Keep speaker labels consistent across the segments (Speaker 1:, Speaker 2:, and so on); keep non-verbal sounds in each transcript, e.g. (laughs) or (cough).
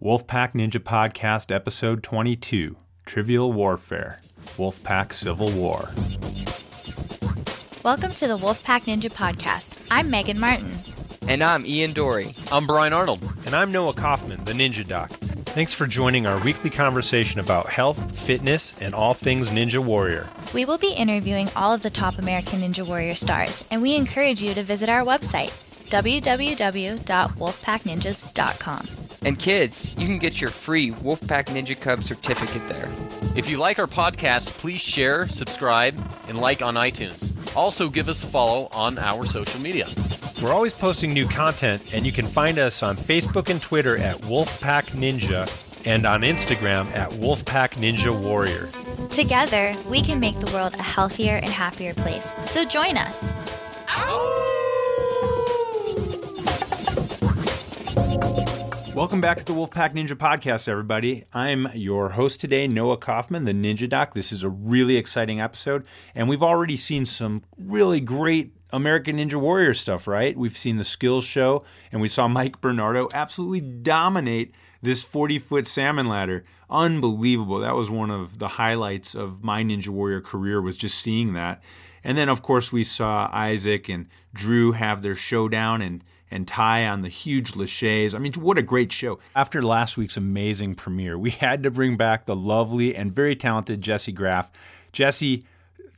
Speaker 1: Wolfpack Ninja Podcast, Episode 22 Trivial Warfare Wolfpack Civil War.
Speaker 2: Welcome to the Wolfpack Ninja Podcast. I'm Megan Martin.
Speaker 3: And I'm Ian Dory.
Speaker 4: I'm Brian Arnold.
Speaker 5: And I'm Noah Kaufman, the Ninja Doc. Thanks for joining our weekly conversation about health, fitness, and all things Ninja Warrior.
Speaker 2: We will be interviewing all of the top American Ninja Warrior stars, and we encourage you to visit our website, www.wolfpackninjas.com.
Speaker 3: And kids, you can get your free Wolfpack Ninja Cub certificate there.
Speaker 4: If you like our podcast, please share, subscribe, and like on iTunes. Also, give us a follow on our social media.
Speaker 5: We're always posting new content, and you can find us on Facebook and Twitter at Wolfpack Ninja and on Instagram at Wolfpack Ninja Warrior.
Speaker 2: Together, we can make the world a healthier and happier place. So join us.
Speaker 1: Welcome back to the Wolfpack Ninja Podcast, everybody. I'm your host today, Noah Kaufman, the Ninja Doc. This is a really exciting episode, and we've already seen some really great American Ninja Warrior stuff, right? We've seen the skills show, and we saw Mike Bernardo absolutely dominate this 40 foot salmon ladder. Unbelievable. That was one of the highlights of my Ninja Warrior career, was just seeing that. And then, of course, we saw Isaac and Drew have their showdown and and tie on the huge laches. I mean, what a great show. After last week's amazing premiere, we had to bring back the lovely and very talented Jesse Graff. Jesse,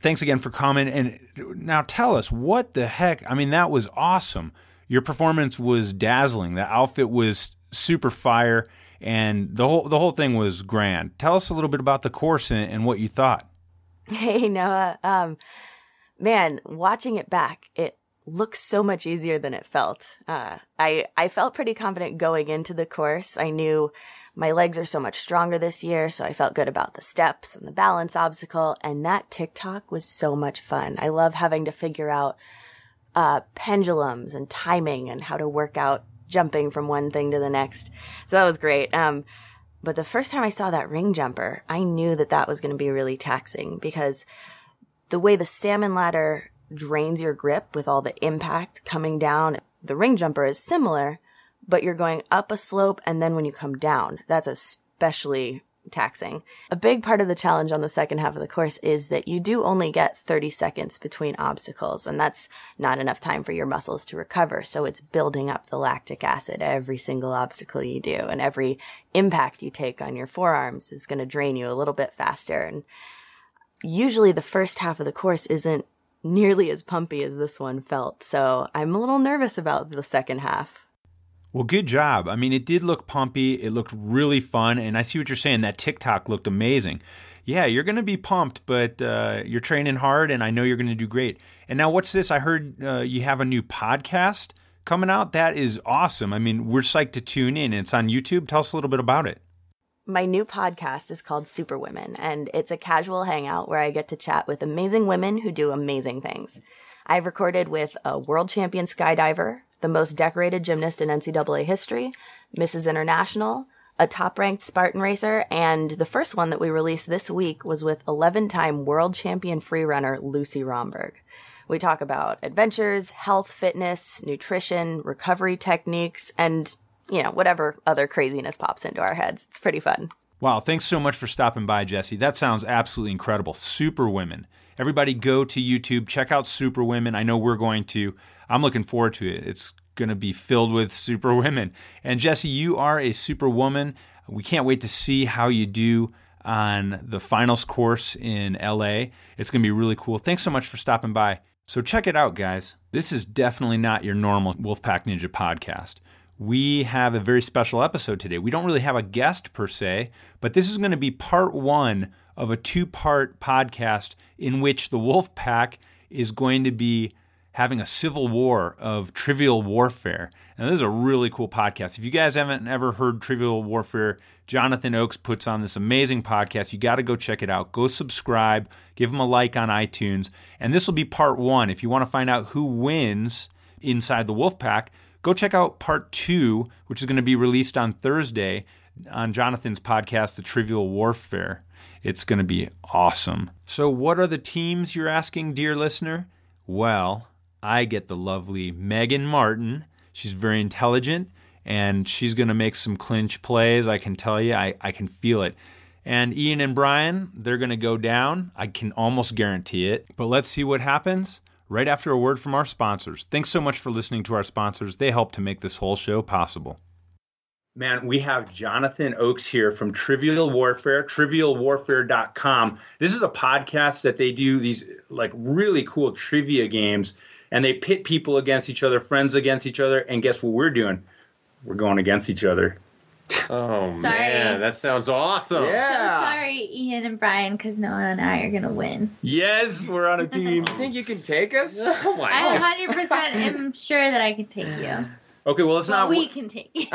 Speaker 1: thanks again for coming. And now tell us what the heck. I mean, that was awesome. Your performance was dazzling. The outfit was super fire, and the whole the whole thing was grand. Tell us a little bit about the course and, and what you thought.
Speaker 6: (laughs) Hey Noah, um, man, watching it back, it looks so much easier than it felt. Uh, I I felt pretty confident going into the course. I knew my legs are so much stronger this year, so I felt good about the steps and the balance obstacle. And that TikTok was so much fun. I love having to figure out uh, pendulums and timing and how to work out jumping from one thing to the next. So that was great. Um, but the first time I saw that ring jumper, I knew that that was going to be really taxing because the way the salmon ladder drains your grip with all the impact coming down, the ring jumper is similar, but you're going up a slope and then when you come down, that's especially taxing. A big part of the challenge on the second half of the course is that you do only get 30 seconds between obstacles and that's not enough time for your muscles to recover. So it's building up the lactic acid every single obstacle you do and every impact you take on your forearms is going to drain you a little bit faster and usually the first half of the course isn't nearly as pumpy as this one felt. So I'm a little nervous about the second half.
Speaker 1: Well, good job. I mean, it did look pumpy. It looked really fun, and I see what you're saying. That TikTok looked amazing. Yeah, you're going to be pumped, but uh, you're training hard, and I know you're going to do great. And now, what's this? I heard uh, you have a new podcast coming out. That is awesome. I mean, we're psyched to tune in. It's on YouTube. Tell us a little bit about it.
Speaker 6: My new podcast is called Superwomen, and it's a casual hangout where I get to chat with amazing women who do amazing things. I've recorded with a world champion skydiver, the most decorated gymnast in NCAA history, Mrs. International, a top ranked Spartan racer, and the first one that we released this week was with 11 time world champion freerunner Lucy Romberg. We talk about adventures, health, fitness, nutrition, recovery techniques, and you know, whatever other craziness pops into our heads. It's
Speaker 7: (laughs)
Speaker 6: pretty fun.
Speaker 1: Wow, thanks so much for stopping by, Jesse. That sounds absolutely incredible. Superwomen. Everybody go to YouTube, check out Superwomen. I know we're going to. I'm looking forward to it. It's going to be filled with (laughs) superwomen. And Jesse, you are a superwoman. We can't wait to see how you do on the finals course in LA. It's going to be really cool. Thanks so much for stopping by. So check it out, guys. This is definitely not your normal Wolfpack Ninja podcast we have a very special episode today. We don't really have a guest per se, but this is going to be part one of a two part podcast in which the Wolf Pack is going to be having a civil war of trivial warfare. And this is a really cool podcast. If you guys haven't ever heard Trivial Warfare, Jonathan Oakes puts on this amazing podcast. You got to go check it out. Go subscribe, give him a like on iTunes. And this will be part one. If you want to find out who wins inside the Wolf Pack, go check out part two, which is going to be released on Thursday on Jonathan's podcast, The Trivial Warfare. It's going to be awesome. So, what are the teams you're asking, dear listener? Well, I get the lovely Megan Martin. She's very intelligent and she's going to make some clinch plays. I can tell you, I, I can feel it. And Ian and Brian, they're going to go down. I can almost guarantee it. But let's see what happens right after a word from our sponsors. Thanks so much for listening to our sponsors. They help to make this whole show possible. Man, we have Jonathan Oakes here from Trivial Warfare, trivialwarfare.com. This is a podcast that they do these like really cool trivia games and they pit people against each other, friends against each other, and guess what we're doing? We're going against each other.
Speaker 4: Oh
Speaker 7: Sorry.
Speaker 4: man, that sounds awesome.
Speaker 7: So sorry, Ian and Brian, because Noah and I are gonna win.
Speaker 1: Yes, we're on
Speaker 7: (laughs)
Speaker 1: a team.
Speaker 7: I
Speaker 8: think you can take us?
Speaker 4: (laughs) Oh my
Speaker 7: I 100 percent am sure that I can take you.
Speaker 1: Okay, well, it's
Speaker 7: Well,
Speaker 1: not
Speaker 7: we can take you. (laughs)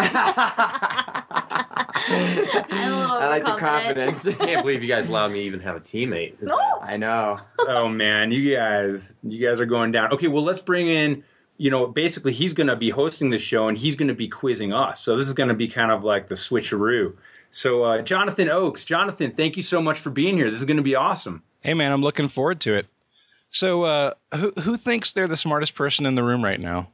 Speaker 7: I'm a little
Speaker 8: I like the confidence.
Speaker 4: I can't believe you guys allowed me to even have a teammate. Is that-
Speaker 8: I know.
Speaker 1: oh man, you guys, you guys are going down. Okay, well, let's bring in. You know, basically, he's going to be hosting the show and he's going to be quizzing us. So this is going to be kind of like the switcheroo. So uh, Jonathan Oaks, Jonathan, thank you so much for being here. This is going to be awesome.
Speaker 9: Hey, man, I'm looking forward to it. So, uh, who who thinks they're the smartest person in the room right now?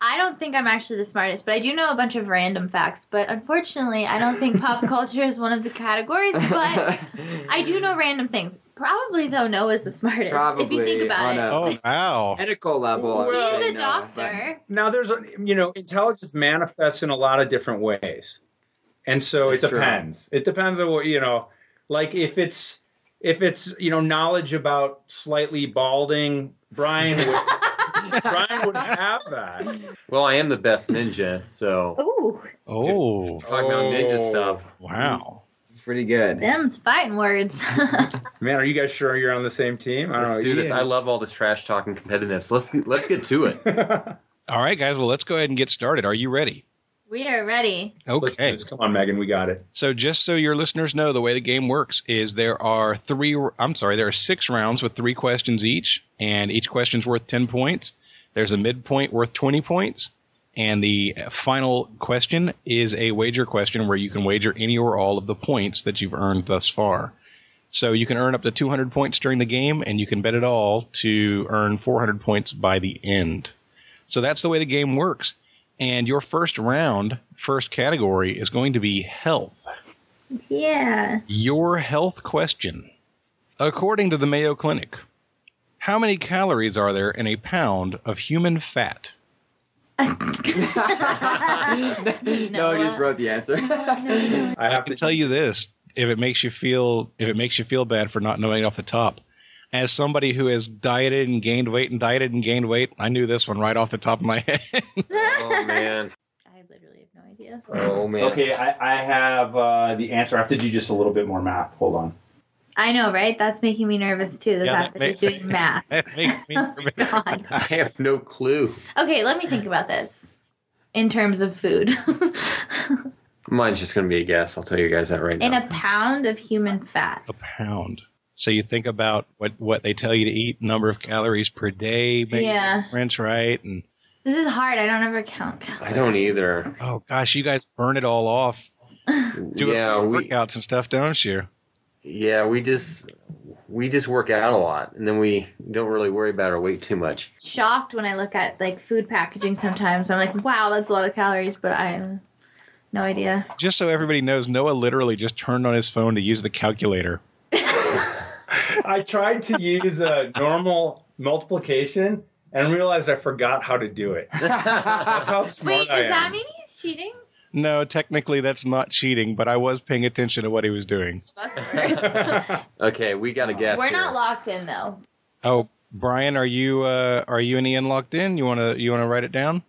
Speaker 7: I don't think I'm actually the smartest, but I do know a bunch of random facts. But unfortunately, I don't think
Speaker 8: (laughs)
Speaker 7: pop culture is one of the categories. But I do know random things. Probably though, Noah's the smartest. if you think
Speaker 8: Probably
Speaker 7: about
Speaker 8: on
Speaker 7: it,
Speaker 8: a
Speaker 9: Oh, wow.
Speaker 8: medical level. I would
Speaker 7: he's
Speaker 8: say
Speaker 7: a
Speaker 8: no,
Speaker 7: doctor.
Speaker 1: Now, there's a, you know, intelligence manifests in a lot of different ways, and so it
Speaker 8: That's true.
Speaker 1: depends. It depends on what you know. Like if it's if it's you know knowledge about slightly balding, Brian would, Brian would have that.
Speaker 4: well, I am the best ninja, so
Speaker 7: Ooh,
Speaker 9: Oh,
Speaker 4: talking about ninja stuff.
Speaker 9: wow.
Speaker 8: but It's pretty good.
Speaker 7: them's fighting words. (laughs)
Speaker 1: Man, are you guys sure you're on the same team? I don't
Speaker 4: Let's
Speaker 1: know.
Speaker 4: do this. I love all this trash talking competitiveness. Let's let's get to it.
Speaker 9: All right, guys. Well, let's go ahead and get started. Are you ready?
Speaker 7: we are ready.
Speaker 1: Let's do
Speaker 9: Okay.
Speaker 1: this. Come on, Megan, we got it.
Speaker 9: So, just so your listeners know, the way the game works is there are three. I'm sorry, there are six rounds with three questions each, and each question's worth ten points. There's a midpoint worth twenty points, and the final question is a wager question where you can wager any or all of the points that you've earned thus far. So you can earn up to 200 points during the game, and you can bet it all to earn 400 points by the end. So that's the way the game works. And your first round, first category, is going to be health.
Speaker 7: Yeah.
Speaker 9: Your health question. According to the Mayo Clinic, how many calories are there in a pound of human fat?
Speaker 8: (laughs)
Speaker 7: (laughs)
Speaker 8: no, I just wrote the answer.
Speaker 1: I have
Speaker 9: I
Speaker 1: to
Speaker 9: can tell you this: if it makes you feel if it makes you feel bad for not knowing off the top, as somebody who has dieted and gained weight and dieted and gained weight, I knew this one right off the top of my (laughs) head.
Speaker 4: (laughs) Oh man.
Speaker 7: I literally have no idea.
Speaker 4: Oh man.
Speaker 1: I, I have uh, the answer. I have to do just a little bit more math. Hold on.
Speaker 7: I know, right? That's making me nervous too. The
Speaker 9: Yeah,
Speaker 7: fact
Speaker 9: that
Speaker 7: that, he's
Speaker 9: ma-
Speaker 7: doing
Speaker 9: (laughs)
Speaker 7: math.
Speaker 9: That makes me nervous.
Speaker 7: God.
Speaker 4: I have no clue.
Speaker 7: Okay, let me think about this in terms of food. (laughs)
Speaker 4: Mine's just gonna be a guess. I'll tell you guys that right
Speaker 7: in
Speaker 4: now.
Speaker 7: a pound of human fat.
Speaker 9: a pound. So you think about what what they tell you to eat, number of calories per day, make
Speaker 7: Yeah.
Speaker 9: difference, right? And
Speaker 7: This is hard. I don't ever count calories.
Speaker 4: I don't either.
Speaker 9: oh gosh, you guys burn it all off doing
Speaker 4: yeah, we
Speaker 9: workouts and stuff, don't you?
Speaker 4: yeah we just we just work out a lot, and then we don't really worry about our weight too much.
Speaker 7: Shocked when I look at like food packaging sometimes. I'm like, wow, that's a lot of calories, but I have no idea.
Speaker 9: Just so everybody knows, Noah literally just turned on his phone to use the calculator.
Speaker 1: I tried to use a normal multiplication and realized I forgot how to do it. That's how smart
Speaker 7: Wait,
Speaker 1: I
Speaker 7: does
Speaker 1: am.
Speaker 7: that mean he's cheating?
Speaker 9: No, technically that's not cheating, but I was paying attention to what he was doing.
Speaker 4: Okay, we got to guess.
Speaker 7: We're
Speaker 4: here.
Speaker 7: not locked in though.
Speaker 9: Oh, Brian, are you uh, are you and Ian locked in? You wanna you wanna write it down?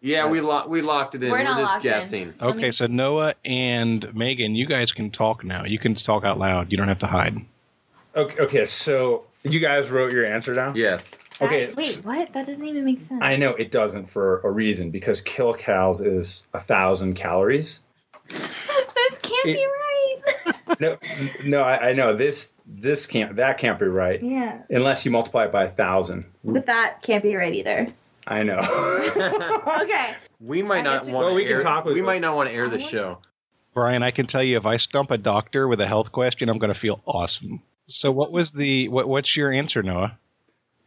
Speaker 4: Yeah, we lo- we locked it in.
Speaker 7: We're
Speaker 4: We're,
Speaker 7: not
Speaker 4: just
Speaker 7: locked in.
Speaker 4: guessing.
Speaker 7: Let me-
Speaker 9: Okay, so Noah and Megan, you guys can talk now. You can talk out loud. You don't have to hide.
Speaker 1: Okay, okay, so you guys wrote your answer down?
Speaker 4: Yes.
Speaker 1: Okay.
Speaker 7: That- wait, what? That doesn't even make sense.
Speaker 1: I know it doesn't for a reason because kilocals is a thousand calories.
Speaker 7: this can't be
Speaker 1: It-
Speaker 7: right.
Speaker 1: No, no, I, I know this. This can't. That can't be right
Speaker 7: yeah.
Speaker 1: unless you multiply it by a thousand.
Speaker 7: But that can't be right either.
Speaker 1: I know.
Speaker 7: Okay.
Speaker 4: We might
Speaker 7: I
Speaker 4: not
Speaker 7: guess we-
Speaker 4: want.
Speaker 1: Well, we can
Speaker 4: air,
Speaker 1: talk with
Speaker 4: We
Speaker 1: them.
Speaker 4: might not want to air the
Speaker 7: I
Speaker 4: show.
Speaker 9: Brian, I can tell you if I stump a doctor with a health question, I'm going to feel awesome. So what was the what what's your answer, Noah?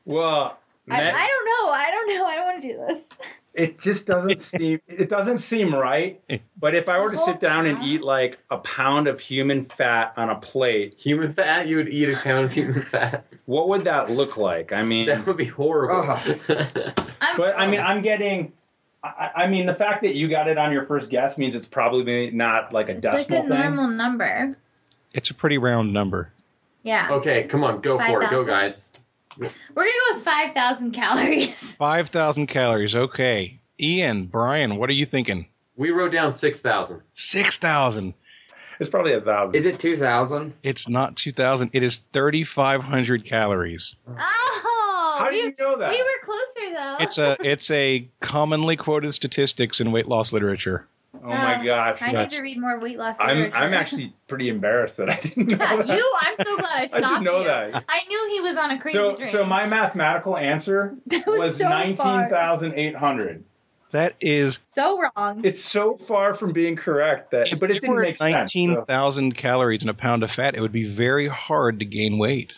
Speaker 1: well,
Speaker 7: I,
Speaker 1: Meg-
Speaker 7: I don't know. I don't know. I don't want to do this.
Speaker 10: it just doesn't seem it doesn't seem right. (laughs) But if I were to sit down and eat like a pound of human fat on a plate,
Speaker 11: Human fat, you would eat a pound of human fat. (laughs)
Speaker 10: what would that look like? I mean,
Speaker 11: That would be horrible. (laughs)
Speaker 10: but I mean,
Speaker 1: (laughs)
Speaker 10: I'm getting. I, I mean, the fact that you got it on your first guess means it's probably not like a
Speaker 7: It's
Speaker 10: decimal
Speaker 7: like a
Speaker 10: thing.
Speaker 7: normal number.
Speaker 9: It's a pretty round number.
Speaker 7: Yeah.
Speaker 10: Oh.
Speaker 11: okay, come on, go for it. Go,
Speaker 7: 5,000.
Speaker 11: guys.
Speaker 7: We're going to go with 5,000
Speaker 10: (laughs)
Speaker 7: calories.
Speaker 9: 5,000 calories. Okay. Ian, Brian, what are you thinking?
Speaker 11: We wrote down 6,000.
Speaker 9: 6,000.
Speaker 10: It's probably a thousand.
Speaker 8: Is it 2,000?
Speaker 9: It's not 2,000. It is 3,500 calories.
Speaker 7: Oh!
Speaker 10: How do
Speaker 7: we,
Speaker 10: you know that?
Speaker 7: we were closer, though.
Speaker 9: It's a it's a commonly quoted statistics in weight loss literature.
Speaker 10: oh my gosh!
Speaker 7: I need to read more weight loss
Speaker 10: I'm
Speaker 7: literature.
Speaker 10: I'm actually pretty embarrassed that I didn't
Speaker 9: (laughs)
Speaker 10: know
Speaker 7: Yeah,
Speaker 10: that.
Speaker 7: (laughs) you, I'm so glad I
Speaker 10: I
Speaker 7: stopped
Speaker 10: should know
Speaker 7: you.
Speaker 10: that.
Speaker 7: I knew he was on a crazy
Speaker 10: So
Speaker 7: dream.
Speaker 10: so my mathematical answer was,
Speaker 7: was so far.
Speaker 10: 19,800.
Speaker 9: That is
Speaker 7: so wrong.
Speaker 10: It's so far from being correct that but it didn't make sense. so-
Speaker 9: 19,000 calories in a pound of fat. It would be very hard to gain weight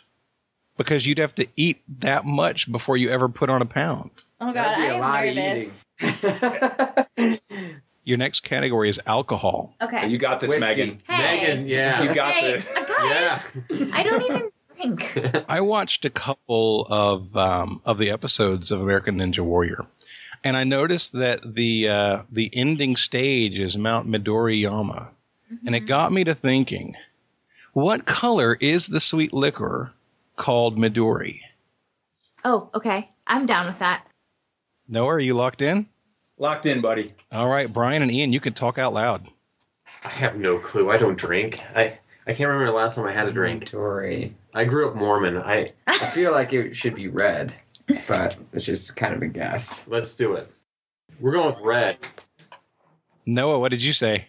Speaker 9: because you'd have to eat that much before you ever put on a pound.
Speaker 7: Oh, God,
Speaker 8: That'd
Speaker 7: I
Speaker 8: be a lot
Speaker 7: am nervous.
Speaker 8: (laughs) of eating.
Speaker 9: Your next category is alcohol.
Speaker 7: Okay.
Speaker 10: You got this,
Speaker 8: Whiskey.
Speaker 10: Megan.
Speaker 7: Hey.
Speaker 11: Megan,
Speaker 10: (laughs)
Speaker 11: yeah.
Speaker 10: You got
Speaker 7: Hey,
Speaker 10: this.
Speaker 7: guys,
Speaker 11: yeah.
Speaker 7: I don't even drink.
Speaker 9: I watched a couple of um, of the episodes of American Ninja Warrior, and I noticed that the uh, the ending stage is Mount Midori Yama, and it got me to thinking, what color is the sweet liquor called Midori?
Speaker 7: Oh, okay. I'm down with that.
Speaker 9: Noah, are you locked in?
Speaker 10: Locked in, buddy.
Speaker 9: All right, Brian and Ian, you can talk out loud.
Speaker 11: I have no clue. I don't drink. I, I can't remember the last time I had a drink.
Speaker 8: Inventory.
Speaker 11: I grew up Mormon. I
Speaker 8: I feel like it should be red, but it's just kind of a guess.
Speaker 11: Let's do it. We're going with red.
Speaker 9: Noah, what did you say?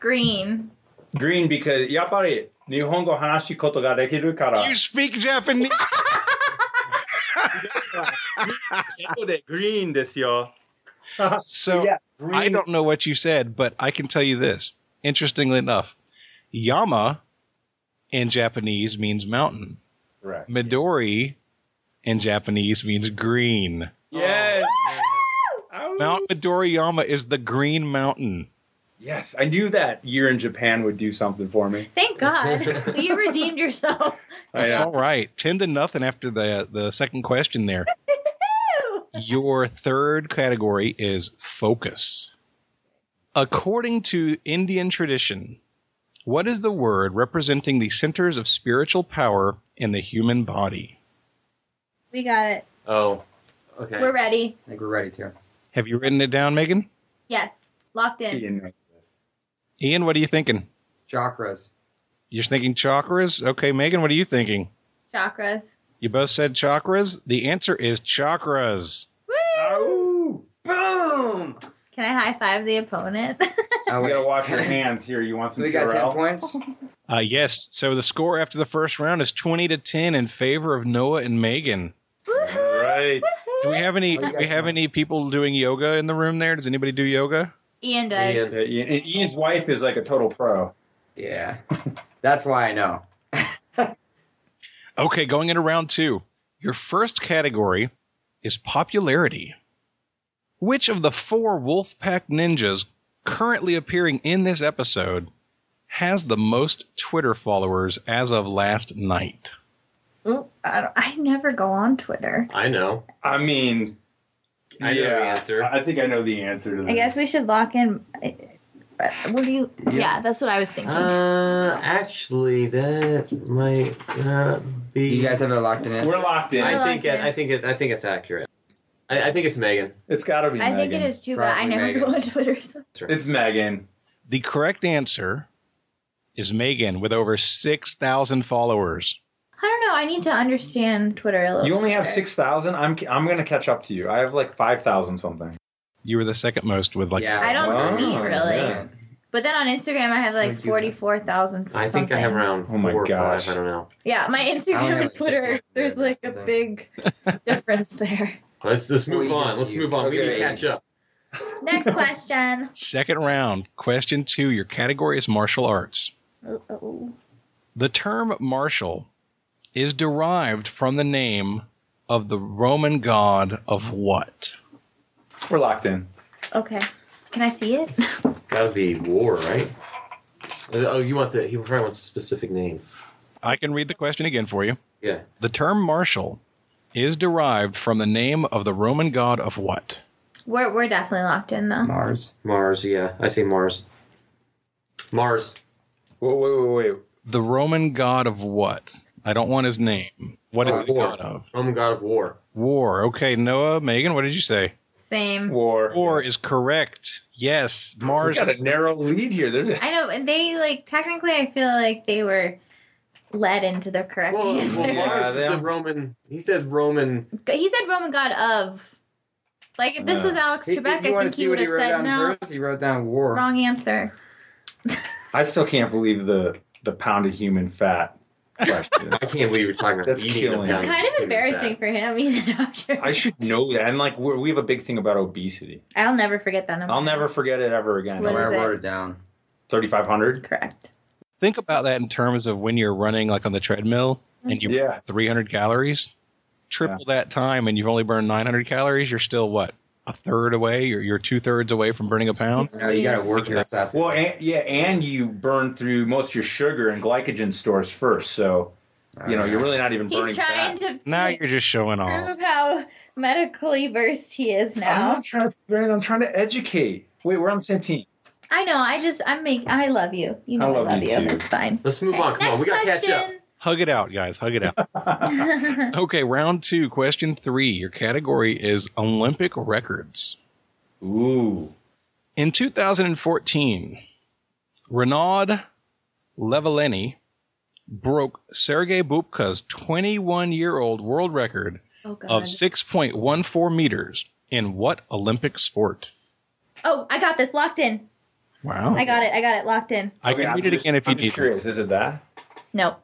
Speaker 7: Green.
Speaker 10: Green because yapari nihongo hanashi koto ga dekiru kara.
Speaker 9: You speak Japanese.
Speaker 10: green this yo.
Speaker 9: (laughs) So
Speaker 10: Yeah,
Speaker 9: I don't know what you said, but I can tell you this. Interestingly enough, Yama in Japanese means mountain.
Speaker 10: Correct.
Speaker 9: Midori in Japanese means green.
Speaker 10: Yes. (laughs) Ow.
Speaker 9: Mount Midori Yama is the green mountain.
Speaker 10: Yes, I knew that year in Japan would do something for me.
Speaker 7: Thank God. you redeemed yourself.
Speaker 10: I know.
Speaker 9: All right, ten to nothing after the the second question. There, your third category is focus. According to Indian tradition, what is the word representing the centers of spiritual power in the human body?
Speaker 7: We got it.
Speaker 11: Oh, okay.
Speaker 7: We're ready.
Speaker 8: I think we're ready to.
Speaker 9: Have you written it down, Megan?
Speaker 7: Yes. Locked in.
Speaker 10: Ian,
Speaker 9: Ian, what are you thinking?
Speaker 8: Chakras.
Speaker 9: You're thinking chakras? Okay, Megan, what are you thinking?
Speaker 7: Chakras.
Speaker 9: You both said chakras. The answer is chakras.
Speaker 7: Woo!
Speaker 10: Ow.
Speaker 8: Boom!
Speaker 7: Can I high five the opponent? (laughs)
Speaker 8: Oh,
Speaker 10: You
Speaker 8: wait.
Speaker 10: gotta wash your hands here. You want
Speaker 8: So
Speaker 10: some
Speaker 8: we got 10
Speaker 10: Purell?
Speaker 8: points?
Speaker 9: Uh, yes. So the score after the first round is 20 to 10 in favor of Noah and Megan.
Speaker 7: Woohoo!
Speaker 10: Right.
Speaker 9: Do we have any
Speaker 8: Oh, you guys
Speaker 9: we have
Speaker 8: know.
Speaker 9: any people doing yoga in the room there? Does anybody do yoga?
Speaker 7: Ian does.
Speaker 11: Ian.
Speaker 10: Yeah, Ian- and Ian's wife is like a total pro.
Speaker 8: Yeah. That's why I know.
Speaker 9: Okay, going into round 2. Your first category is popularity. Which of the four Wolfpack ninjas currently appearing in this episode has the most Twitter followers as of last night?
Speaker 7: Ooh, I, don't- I never go on Twitter.
Speaker 11: I know.
Speaker 10: I mean,
Speaker 11: I know
Speaker 10: yeah,
Speaker 11: the answer.
Speaker 10: I think I know the answer to that.
Speaker 2: I guess we should lock in.
Speaker 7: But uh, What do you?
Speaker 8: Yeah.
Speaker 7: Yeah. that's what I was thinking.
Speaker 11: Uh, actually, that might not be.
Speaker 8: You guys have it locked in.
Speaker 10: we're locked in.
Speaker 11: I
Speaker 7: I like
Speaker 11: think it,
Speaker 7: it.
Speaker 11: I think it. I think it's accurate. I, I think it's Megan.
Speaker 10: it's got to be.
Speaker 7: I
Speaker 10: Megan.
Speaker 7: think it is too, but I
Speaker 8: Probably
Speaker 7: never
Speaker 8: Megan.
Speaker 7: go on Twitter. So.
Speaker 10: It's Megan.
Speaker 9: The correct answer is Megan with over 6,000 followers.
Speaker 7: I don't know. I need to understand Twitter a little.
Speaker 10: You only
Speaker 7: bit
Speaker 10: have
Speaker 7: better.
Speaker 10: six thousand. I'm I'm gonna catch up to you. I have like five thousand something.
Speaker 9: You were the second most with like
Speaker 8: yeah.
Speaker 7: I don't
Speaker 8: Wow.
Speaker 10: tweet,
Speaker 7: really.
Speaker 8: Yeah.
Speaker 7: But then on Instagram, I have
Speaker 8: I
Speaker 7: like
Speaker 8: do that.
Speaker 7: forty-four thousand.
Speaker 11: I think I have around
Speaker 10: Oh
Speaker 11: four
Speaker 10: my
Speaker 11: or
Speaker 10: gosh.
Speaker 11: five. I don't know.
Speaker 7: Yeah, my
Speaker 8: I only
Speaker 7: Instagram
Speaker 8: have
Speaker 7: and Twitter.
Speaker 8: 15
Speaker 7: There's like a
Speaker 8: something. (laughs)
Speaker 7: big difference there.
Speaker 11: Let's just
Speaker 8: Well,
Speaker 11: move
Speaker 8: you
Speaker 11: on.
Speaker 8: just-
Speaker 11: Let's
Speaker 8: you-
Speaker 11: move on. We need to
Speaker 8: okay.
Speaker 11: catch up.
Speaker 7: Next question.
Speaker 9: second round. Question two your category is martial arts.
Speaker 7: Uh-oh.
Speaker 9: The term martial is derived from the name of the Roman god of what?
Speaker 10: We're locked in.
Speaker 7: Okay. Can I see
Speaker 8: (laughs)
Speaker 7: it?
Speaker 11: Gotta be war, right? Oh, you want the? He probably wants a specific name.
Speaker 9: I can read the question again for you.
Speaker 11: Yeah.
Speaker 9: The term martial is derived from the name of the Roman god of what?
Speaker 7: We're we're definitely locked in though.
Speaker 11: Mars. Mars. Yeah, I say Mars. Mars.
Speaker 10: Wait, wait, wait, wait.
Speaker 9: The Roman god of what? I don't want his name. What is
Speaker 11: Uh,
Speaker 9: he the
Speaker 11: war.
Speaker 9: god of?
Speaker 11: Roman god of war.
Speaker 9: War. Okay, Noah, Megan, what did you say?
Speaker 7: Same.
Speaker 10: War.
Speaker 9: War is correct. Yes, Mars.
Speaker 10: got a narrow lead here. There's a,
Speaker 7: I know, and they like technically, I feel like they were led into the correct
Speaker 11: Well,
Speaker 7: answer.
Speaker 11: well, Mars
Speaker 10: Yeah,
Speaker 11: is
Speaker 10: they
Speaker 11: the
Speaker 10: are-
Speaker 11: Roman. He says Roman.
Speaker 7: He said Roman god of. Like if this was Alex
Speaker 8: He- if
Speaker 7: Trebek,
Speaker 8: you
Speaker 7: I
Speaker 8: wanna
Speaker 7: think
Speaker 8: see
Speaker 7: he
Speaker 8: what
Speaker 7: would
Speaker 8: he
Speaker 7: have
Speaker 8: wrote
Speaker 7: said
Speaker 8: down
Speaker 7: no.
Speaker 8: first, he wrote down war.
Speaker 7: Wrong answer.
Speaker 10: I still can't believe the the pound of human fat question.
Speaker 11: I can't believe you're talking about
Speaker 10: That's
Speaker 11: eating
Speaker 10: killing
Speaker 11: them.
Speaker 10: me.
Speaker 7: It's kind of embarrassing for him. (laughs) He's a doctor.
Speaker 10: I should know that. And like we're, we have a big thing about obesity.
Speaker 7: I'll never forget that number.
Speaker 10: I'll never forget it ever again.
Speaker 7: What
Speaker 8: Where
Speaker 7: is
Speaker 8: I
Speaker 7: it?
Speaker 8: wrote it down.
Speaker 10: Thirty five hundred.
Speaker 7: Correct.
Speaker 9: Think about that in terms of when you're running like on the treadmill and you
Speaker 10: Yeah.
Speaker 9: 300 calories. Triple that time, and you've only burned 900 calories. You're still what a third away. You're, you're two thirds away from burning a pound.
Speaker 8: No, Oh, you gotta work yourself.
Speaker 10: Well, and, yeah, and you burn through most of your sugar and glycogen stores first, so you know you're really not even burning
Speaker 7: He's trying
Speaker 10: fat.
Speaker 7: to
Speaker 9: Now you're just showing
Speaker 7: (laughs)
Speaker 9: off.
Speaker 8: Oh.
Speaker 7: prove how medically versed he is
Speaker 10: I'm
Speaker 1: Uh-huh.
Speaker 7: now.
Speaker 10: not trying to. burn, I'm trying to educate. Wait, we're on the same team.
Speaker 7: I know. I just I'm make. I love you. You know I love, you.
Speaker 10: too.
Speaker 7: It's fine.
Speaker 11: Let's move on. Come
Speaker 7: Next
Speaker 11: on, we gotta catch up.
Speaker 7: question.
Speaker 9: Hug it out, guys. Hug it out. okay, round two, question three. Your category is Olympic records.
Speaker 10: Ooh,
Speaker 9: In 2014, Renaud Leveleni broke Sergei Bubka's 21 year old world record
Speaker 7: oh God.
Speaker 9: of 6.14 meters in what Olympic sport?
Speaker 7: oh, I got this locked in.
Speaker 9: Wow.
Speaker 7: I got it. I got it locked in.
Speaker 9: I
Speaker 10: Okay,
Speaker 9: can
Speaker 10: I'm
Speaker 9: read it
Speaker 10: just-
Speaker 9: again if you
Speaker 10: I'm just
Speaker 9: need. it.
Speaker 10: curious. Is it that?
Speaker 7: Nope.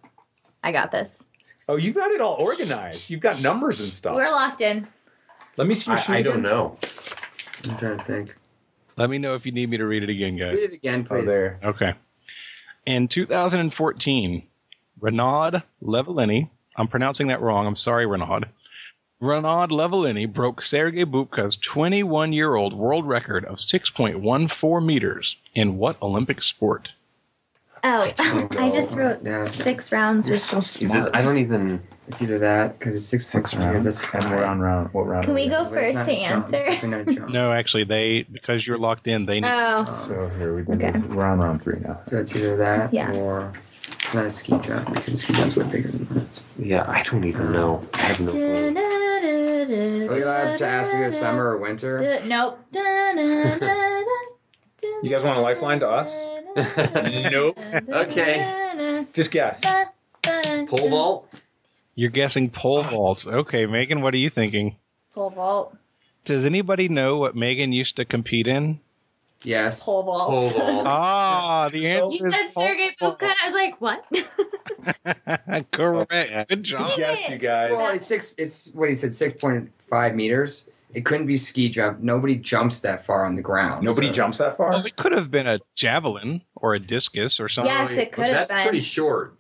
Speaker 7: I got this.
Speaker 10: Oh, you got it all organized. You've got numbers and stuff.
Speaker 7: We're locked in.
Speaker 10: Let me see your sheet.
Speaker 11: I, I don't
Speaker 10: again.
Speaker 11: know.
Speaker 8: I'm trying to think.
Speaker 9: Let me know if you need me to read it again, guys.
Speaker 8: Read it again, please.
Speaker 10: Oh, there.
Speaker 9: Okay. In 2014, Renaud Levelini, I'm pronouncing that wrong. I'm sorry, Renaud. Renaud Levelini broke Sergei Bubka's 21 year old world record of 6.14 meters in what Olympic sport?
Speaker 7: Oh,
Speaker 8: Oh,
Speaker 7: (laughs)
Speaker 8: no.
Speaker 7: I just wrote
Speaker 8: Yeah.
Speaker 7: six rounds
Speaker 8: You're
Speaker 7: with.
Speaker 8: so smart.
Speaker 11: Jesus,
Speaker 8: I don't even. It's either that because it's six,
Speaker 10: Six
Speaker 8: points,
Speaker 10: rounds.
Speaker 8: That's
Speaker 10: And
Speaker 8: high.
Speaker 10: we're on round. What round?
Speaker 7: Can
Speaker 10: are
Speaker 7: we go
Speaker 8: But it's
Speaker 7: first
Speaker 8: not
Speaker 7: to
Speaker 8: jump. It's
Speaker 7: answer?
Speaker 8: definitely not jump.
Speaker 9: No, actually, they, because you're locked in, they need.
Speaker 7: Oh,
Speaker 10: So here we go. We're on round three now.
Speaker 8: So it's either that
Speaker 7: Yeah.
Speaker 8: or it's not a ski jump because ski jumps way bigger than that.
Speaker 11: Yeah, I don't even know. I have no clue.
Speaker 8: Are you allowed to ask you summer or winter?
Speaker 7: Nope.
Speaker 10: (laughs) You guys want a lifeline to us? Nope.
Speaker 11: Okay.
Speaker 10: Just guess.
Speaker 11: Pole vault.
Speaker 9: You're guessing pole vaults. Okay, Megan, what are you thinking?
Speaker 7: Pole vault.
Speaker 9: Does anybody know what Megan used to compete in?
Speaker 8: Yes.
Speaker 7: Pole vault.
Speaker 11: Pole vault.
Speaker 9: Ah, the answer
Speaker 7: You
Speaker 9: is
Speaker 7: said Sergey
Speaker 9: pole
Speaker 7: Bubkin. I was like, what?
Speaker 9: vault. (laughs) Correct. Good job.
Speaker 10: Yes, you guys.
Speaker 8: Well, it's six. It's what he said. Six point five meters. It couldn't be ski jump. Nobody jumps that far on the ground.
Speaker 10: Nobody
Speaker 8: so-
Speaker 10: jumps that far.
Speaker 9: Well, it could have been a javelin or a discus or
Speaker 7: (laughs)
Speaker 9: something.
Speaker 7: yes, it could have
Speaker 11: That's
Speaker 7: been.
Speaker 11: pretty short.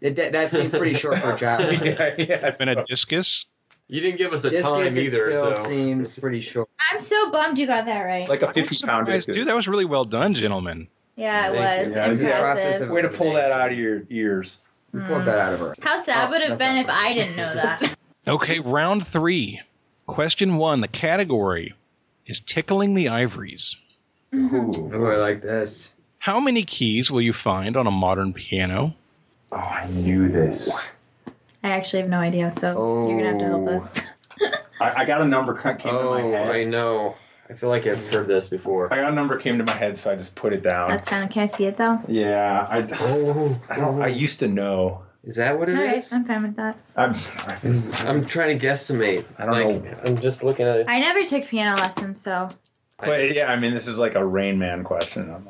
Speaker 8: That, that, that seems pretty
Speaker 4: (laughs)
Speaker 8: short for a javelin.
Speaker 10: yeah, yeah.
Speaker 9: Been a discus.
Speaker 11: You didn't give us a
Speaker 8: This
Speaker 11: time
Speaker 8: case, it
Speaker 11: either,
Speaker 8: still
Speaker 11: so
Speaker 8: seems pretty short.
Speaker 7: I'm so bummed you got that right.
Speaker 10: Like a fifty-pound
Speaker 9: Guys,
Speaker 10: discus.
Speaker 9: dude, that was really well done, gentlemen.
Speaker 7: yeah, it
Speaker 11: Thank you.
Speaker 7: was
Speaker 10: Yeah, it was a
Speaker 8: process
Speaker 7: impressive.
Speaker 8: of-
Speaker 10: Way to pull that out of your ears.
Speaker 8: We pulled that out of her.
Speaker 7: How sad
Speaker 8: Oh,
Speaker 7: would it have
Speaker 8: that's
Speaker 7: been
Speaker 8: not
Speaker 7: if
Speaker 8: right.
Speaker 7: I didn't know that?
Speaker 9: Okay, round three. Question one. The category is tickling the ivories.
Speaker 10: Ooh.
Speaker 8: Oh, I like this.
Speaker 9: How many keys will you find on a modern piano?
Speaker 10: Oh, I knew this.
Speaker 7: I actually have no idea, so you're gonna have to help us.
Speaker 10: I, I got a number cu- came
Speaker 11: Oh,
Speaker 10: to my head.
Speaker 11: I know. I feel like I've heard this before.
Speaker 10: I got a number came to my head, so I just put it down.
Speaker 7: That's kind of. Can I see it though? All
Speaker 10: Yeah, I,
Speaker 11: Oh,
Speaker 10: I don't. I used to know.
Speaker 11: is that what it
Speaker 7: right,
Speaker 11: is?
Speaker 7: I'm fine with that.
Speaker 10: I'm,
Speaker 8: This is,
Speaker 11: I'm trying to guesstimate.
Speaker 10: I don't
Speaker 11: Like, I'm just looking at it.
Speaker 7: I never took piano lessons, so
Speaker 10: but yeah, I mean, this is like a Rain Man question. I'm like,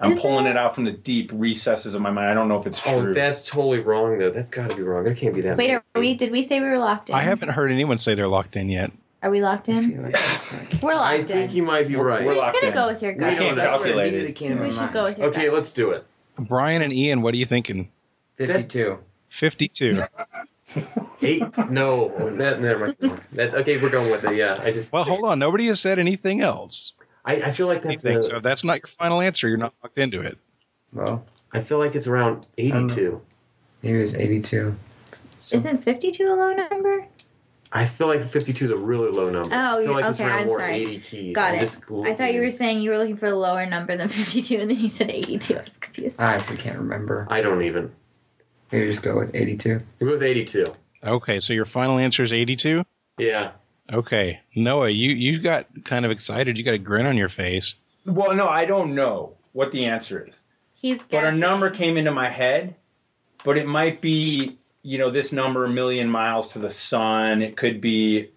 Speaker 10: I'm
Speaker 7: Is
Speaker 10: pulling
Speaker 7: it?
Speaker 10: it out from the deep recesses of my mind. I don't know if it's true.
Speaker 11: Oh, that's totally wrong though. That's got to be wrong. There can't be that.
Speaker 7: wait,
Speaker 11: many.
Speaker 7: are we? Did we say we were locked in?
Speaker 9: I haven't heard anyone say they're locked in yet.
Speaker 7: Are we locked
Speaker 8: I
Speaker 7: in?
Speaker 8: feel like that's right.
Speaker 7: We're locked
Speaker 11: I
Speaker 7: in.
Speaker 11: think you might be
Speaker 10: We're-
Speaker 11: right.
Speaker 10: we're
Speaker 7: We're just
Speaker 10: locked
Speaker 7: gonna
Speaker 10: in.
Speaker 7: go with your
Speaker 10: I
Speaker 7: gut.
Speaker 10: can't
Speaker 11: No, that's what
Speaker 10: calculate
Speaker 8: Maybe
Speaker 10: it.
Speaker 8: they came
Speaker 7: We
Speaker 8: in
Speaker 7: should
Speaker 8: mind.
Speaker 7: go with your
Speaker 11: Okay,
Speaker 7: gut.
Speaker 11: let's do it.
Speaker 9: (laughs) Brian and Ian, what are you thinking?
Speaker 8: Fifty-two.
Speaker 9: 52.
Speaker 11: Eight? No, that, never mind. That's okay. We're going with it. Yeah, I just.
Speaker 9: Well, hold on. Nobody has said anything else.
Speaker 11: I, I feel like that's
Speaker 9: Anything.
Speaker 11: a-
Speaker 9: so. If that's not your final answer, you're not locked into it.
Speaker 8: Well,
Speaker 11: I feel like it's around eighty-two.
Speaker 8: Maybe it was 82.
Speaker 7: Isn't 52 a low number?
Speaker 11: I feel like fifty-two is a really low number.
Speaker 7: Oh,
Speaker 11: I feel
Speaker 7: you-
Speaker 11: like it's
Speaker 7: okay,
Speaker 11: around
Speaker 7: I'm
Speaker 11: more
Speaker 7: sorry.
Speaker 11: eighty keys.
Speaker 7: Got
Speaker 11: I'm
Speaker 7: it.
Speaker 11: just-
Speaker 7: I thought you were saying you were looking for a lower number than (laughs) 52, and then you said 82. I was confused.
Speaker 10: Uh,
Speaker 8: I honestly can't remember.
Speaker 11: I don't even.
Speaker 8: Maybe just go with 82.
Speaker 11: We're with eighty-two.
Speaker 9: Okay, so your final answer is 82?
Speaker 11: Yeah.
Speaker 9: Okay. Noah, you, you got kind of excited. You got a grin on your face.
Speaker 10: Well, no, I don't know what the answer is.
Speaker 7: He's
Speaker 10: But a number came into my head, but it might be, you know, this number a million miles to the sun. It could be,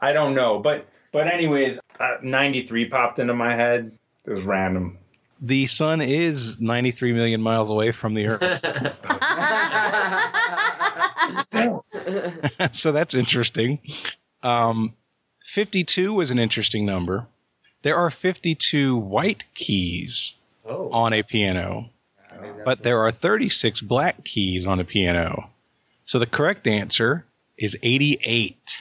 Speaker 10: I don't know. But but anyways, uh, 93 popped into my head. It was random.
Speaker 9: The sun is 93 million miles away from the Earth. so that's interesting. Um, 52 was an interesting number. There are 52 white keys on a piano, but there are 36 black keys on a piano. So the correct answer is 88.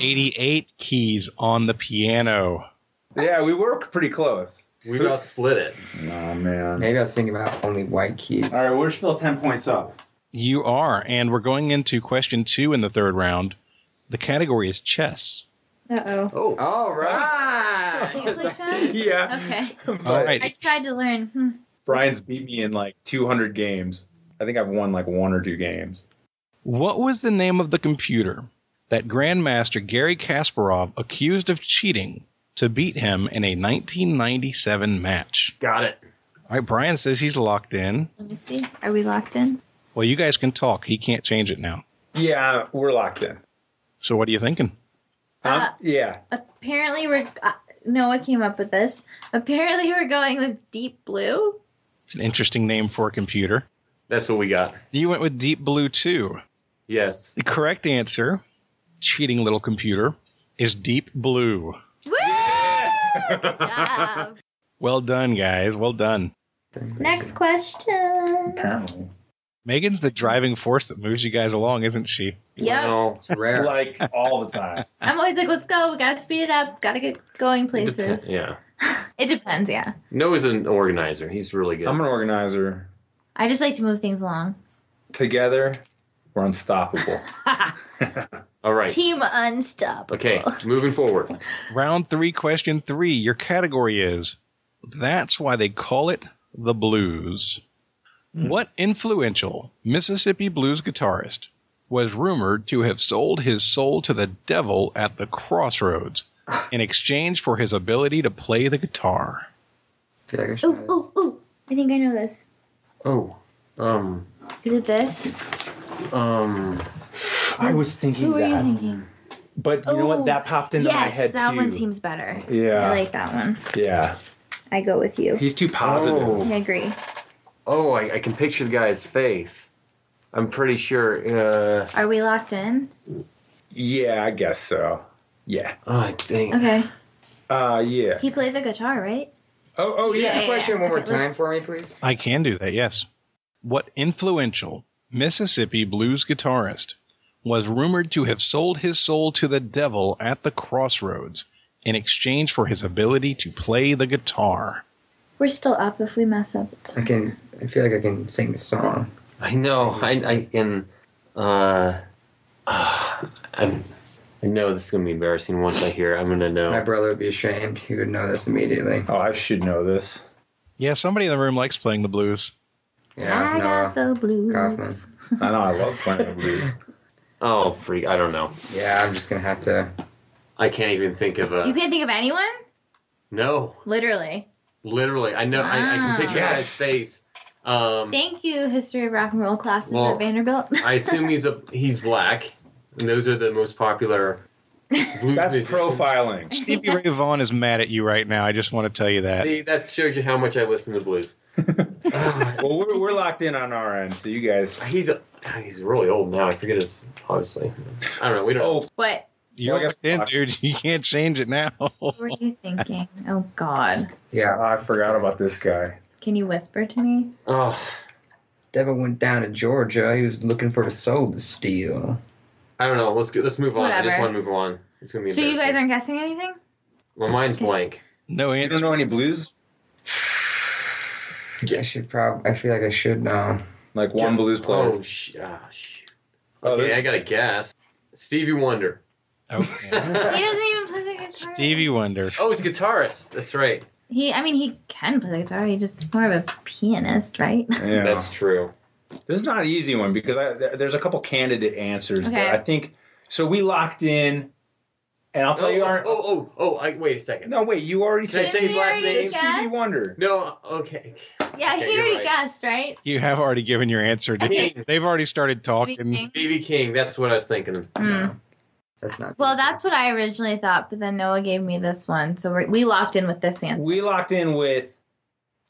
Speaker 9: 88 keys on the piano.
Speaker 10: Yeah, we were pretty close.
Speaker 11: We about split it.
Speaker 10: Oh, man.
Speaker 8: Maybe I was thinking about only white keys.
Speaker 10: All right, we're still 10 points up.
Speaker 9: You are, and we're going into question two in the third round. The category is chess.
Speaker 7: Uh oh.
Speaker 11: Oh.
Speaker 8: All right.
Speaker 10: yeah.
Speaker 7: Okay.
Speaker 9: All
Speaker 7: I
Speaker 9: right.
Speaker 7: tried to learn. Hmm.
Speaker 10: Brian's beat me in like 200 games. I think I've won like one or two games.
Speaker 9: What was the name of the computer that Grandmaster Gary Kasparov accused of cheating to beat him in a 1997 match?
Speaker 11: Got it.
Speaker 9: All right, Brian says he's locked in.
Speaker 7: Let me see. Are we locked in?
Speaker 9: Well, you guys can talk. He can't change it now.
Speaker 10: Yeah, we're locked in.
Speaker 9: So, what are you thinking?
Speaker 10: Um, yeah.
Speaker 7: Apparently, we're. Uh, Noah came up with this. Apparently, we're going with Deep Blue.
Speaker 9: It's an interesting name for a computer.
Speaker 11: That's what we got.
Speaker 9: You went with Deep Blue 2.
Speaker 11: Yes.
Speaker 9: The correct answer, cheating little computer, is Deep Blue.
Speaker 7: Woo!
Speaker 10: (laughs)
Speaker 9: Well done, guys. Well done.
Speaker 7: (laughs) Next question.
Speaker 10: Apparently.
Speaker 9: Megan's the driving force that moves you guys along, isn't she?
Speaker 7: Yep.
Speaker 8: It's rare.
Speaker 10: Like all the time.
Speaker 7: I'm always like, let's go. We gotta speed it up. Gotta get going places.
Speaker 11: Yeah.
Speaker 7: It depends, yeah.
Speaker 11: Noah's an organizer. He's really good.
Speaker 10: (laughs) I'm an organizer.
Speaker 7: I just like to move things along.
Speaker 10: Together, we're unstoppable.
Speaker 11: All right.
Speaker 7: Team Unstoppable.
Speaker 11: Okay, moving forward.
Speaker 9: Round three, question three. Your category is That's Why They Call It the Blues. What influential Mississippi blues guitarist was rumored to have sold his soul to the devil at the crossroads in exchange for his ability to play the guitar?
Speaker 8: I feel like I should-
Speaker 7: Ooh, ooh, ooh. I think I know this.
Speaker 11: Oh, um,
Speaker 7: Is it this?
Speaker 11: um,
Speaker 10: I was thinking
Speaker 7: Who are you thinking?
Speaker 10: But you know what? That popped into my
Speaker 7: Oh, yes,
Speaker 10: head
Speaker 7: that
Speaker 10: too.
Speaker 7: one seems better.
Speaker 10: Yeah.
Speaker 7: I like that one.
Speaker 10: yeah.
Speaker 7: I go with you.
Speaker 10: He's too positive.
Speaker 11: Oh,
Speaker 7: I agree.
Speaker 11: oh I, I can picture the guy's face. I'm pretty sure. Uh,
Speaker 7: Are we locked in?
Speaker 10: Yeah, I guess so. Yeah.
Speaker 11: oh, dang.
Speaker 7: Okay.
Speaker 10: Uh, yeah.
Speaker 7: He played the guitar, right?
Speaker 10: Oh, oh, yeah.
Speaker 8: Can you question one more
Speaker 7: Okay,
Speaker 8: time
Speaker 7: let's-
Speaker 8: for me, please?
Speaker 9: I can do that, yes. What influential Mississippi blues guitarist was rumored to have sold his soul to the devil at the crossroads in exchange for his ability to play the guitar?
Speaker 7: We're still up if we mess up. It's-
Speaker 8: I can. I feel like I can sing the song.
Speaker 11: I know. I, I can. Uh, (sighs) ah, I'm, I know this is gonna be embarrassing. Once I hear, it, I'm gonna
Speaker 8: My
Speaker 11: know.
Speaker 8: brother would be ashamed. He would know this immediately.
Speaker 10: Oh, I should know this.
Speaker 9: Yeah, somebody in the room likes playing the blues.
Speaker 8: Yeah,
Speaker 7: I got
Speaker 8: Noah
Speaker 7: the blues.
Speaker 8: Uh, Kaufman.
Speaker 10: I know. I love playing the blues.
Speaker 11: Oh, freak! I don't know.
Speaker 8: Yeah, I'm just gonna have to.
Speaker 11: I can't even think of
Speaker 7: You
Speaker 11: a.
Speaker 7: can't think of anyone?
Speaker 11: No,
Speaker 7: Literally.
Speaker 11: literally. I know. I, I can picture the
Speaker 10: Yes.
Speaker 11: guy's face. Um,
Speaker 7: Thank you, History of Rock and Roll classes
Speaker 11: Well,
Speaker 7: at Vanderbilt. (laughs)
Speaker 11: I assume he's a he's black, and those are the most popular. blues
Speaker 10: That's
Speaker 11: musicians.
Speaker 10: profiling.
Speaker 9: Stevie Ray Vaughan is mad at you right now. I just want to tell you that.
Speaker 11: See, that shows you how much I listen to blues. (laughs) Ah,
Speaker 10: well, we're, we're locked in on our end, so you guys.
Speaker 11: He's a, God, he's really old now. I forget his obviously. I don't know. We don't.
Speaker 10: Oh,
Speaker 7: what
Speaker 9: You're locked in, dude. You can't change it now. (laughs)
Speaker 7: were you thinking? Oh, God.
Speaker 8: Yeah,
Speaker 10: oh, I forgot about this guy.
Speaker 7: Can you whisper to me?
Speaker 11: Oh,
Speaker 8: Devin went down to Georgia. He was looking for a soul to steal.
Speaker 11: I don't know. Let's go, let's move on. I just
Speaker 7: Whatever.
Speaker 11: want to move on. It's gonna be.
Speaker 7: So you guys
Speaker 11: embarrassing.
Speaker 7: aren't guessing anything?
Speaker 11: My mind's blank.
Speaker 9: No,
Speaker 10: you don't know any blues.
Speaker 8: I should probably. I feel like I should know.
Speaker 10: Like one blues player.
Speaker 11: Oh, sh- ah, shoot.
Speaker 10: Oh,
Speaker 11: Okay, I got a guess. Stevie Wonder.
Speaker 9: Okay.
Speaker 7: he doesn't even play the guitar.
Speaker 9: Stevie Wonder.
Speaker 11: (laughs) Oh, he's a guitarist. That's right.
Speaker 7: He, I mean, he can play the guitar. He's just more of a pianist, right?
Speaker 10: Yeah.
Speaker 11: That's true.
Speaker 10: This is not an easy one because I, th- there's a couple candidate answers. but
Speaker 7: Okay.
Speaker 10: I think so. We locked in, and I'll tell
Speaker 11: oh,
Speaker 10: you
Speaker 11: oh,
Speaker 10: our.
Speaker 11: oh, oh, oh, I, wait a second.
Speaker 10: No, wait. You already
Speaker 11: Did I
Speaker 10: said
Speaker 11: say his
Speaker 7: Didn't
Speaker 11: last
Speaker 7: we already
Speaker 11: name?
Speaker 10: Stevie
Speaker 7: guess?
Speaker 10: Wonder.
Speaker 11: No, okay.
Speaker 7: Yeah,
Speaker 11: Okay,
Speaker 7: he
Speaker 11: you're
Speaker 7: already
Speaker 11: right.
Speaker 7: guessed, right?
Speaker 9: You have already given your answer.
Speaker 7: Okay.
Speaker 9: They've already started talking.
Speaker 7: King.
Speaker 11: BB King. That's what I was thinking of.
Speaker 7: Hmm.
Speaker 8: That's not.
Speaker 7: Well, that's what I originally thought, but then Noah gave me this one, so we're, we locked in with this answer.
Speaker 10: We locked in with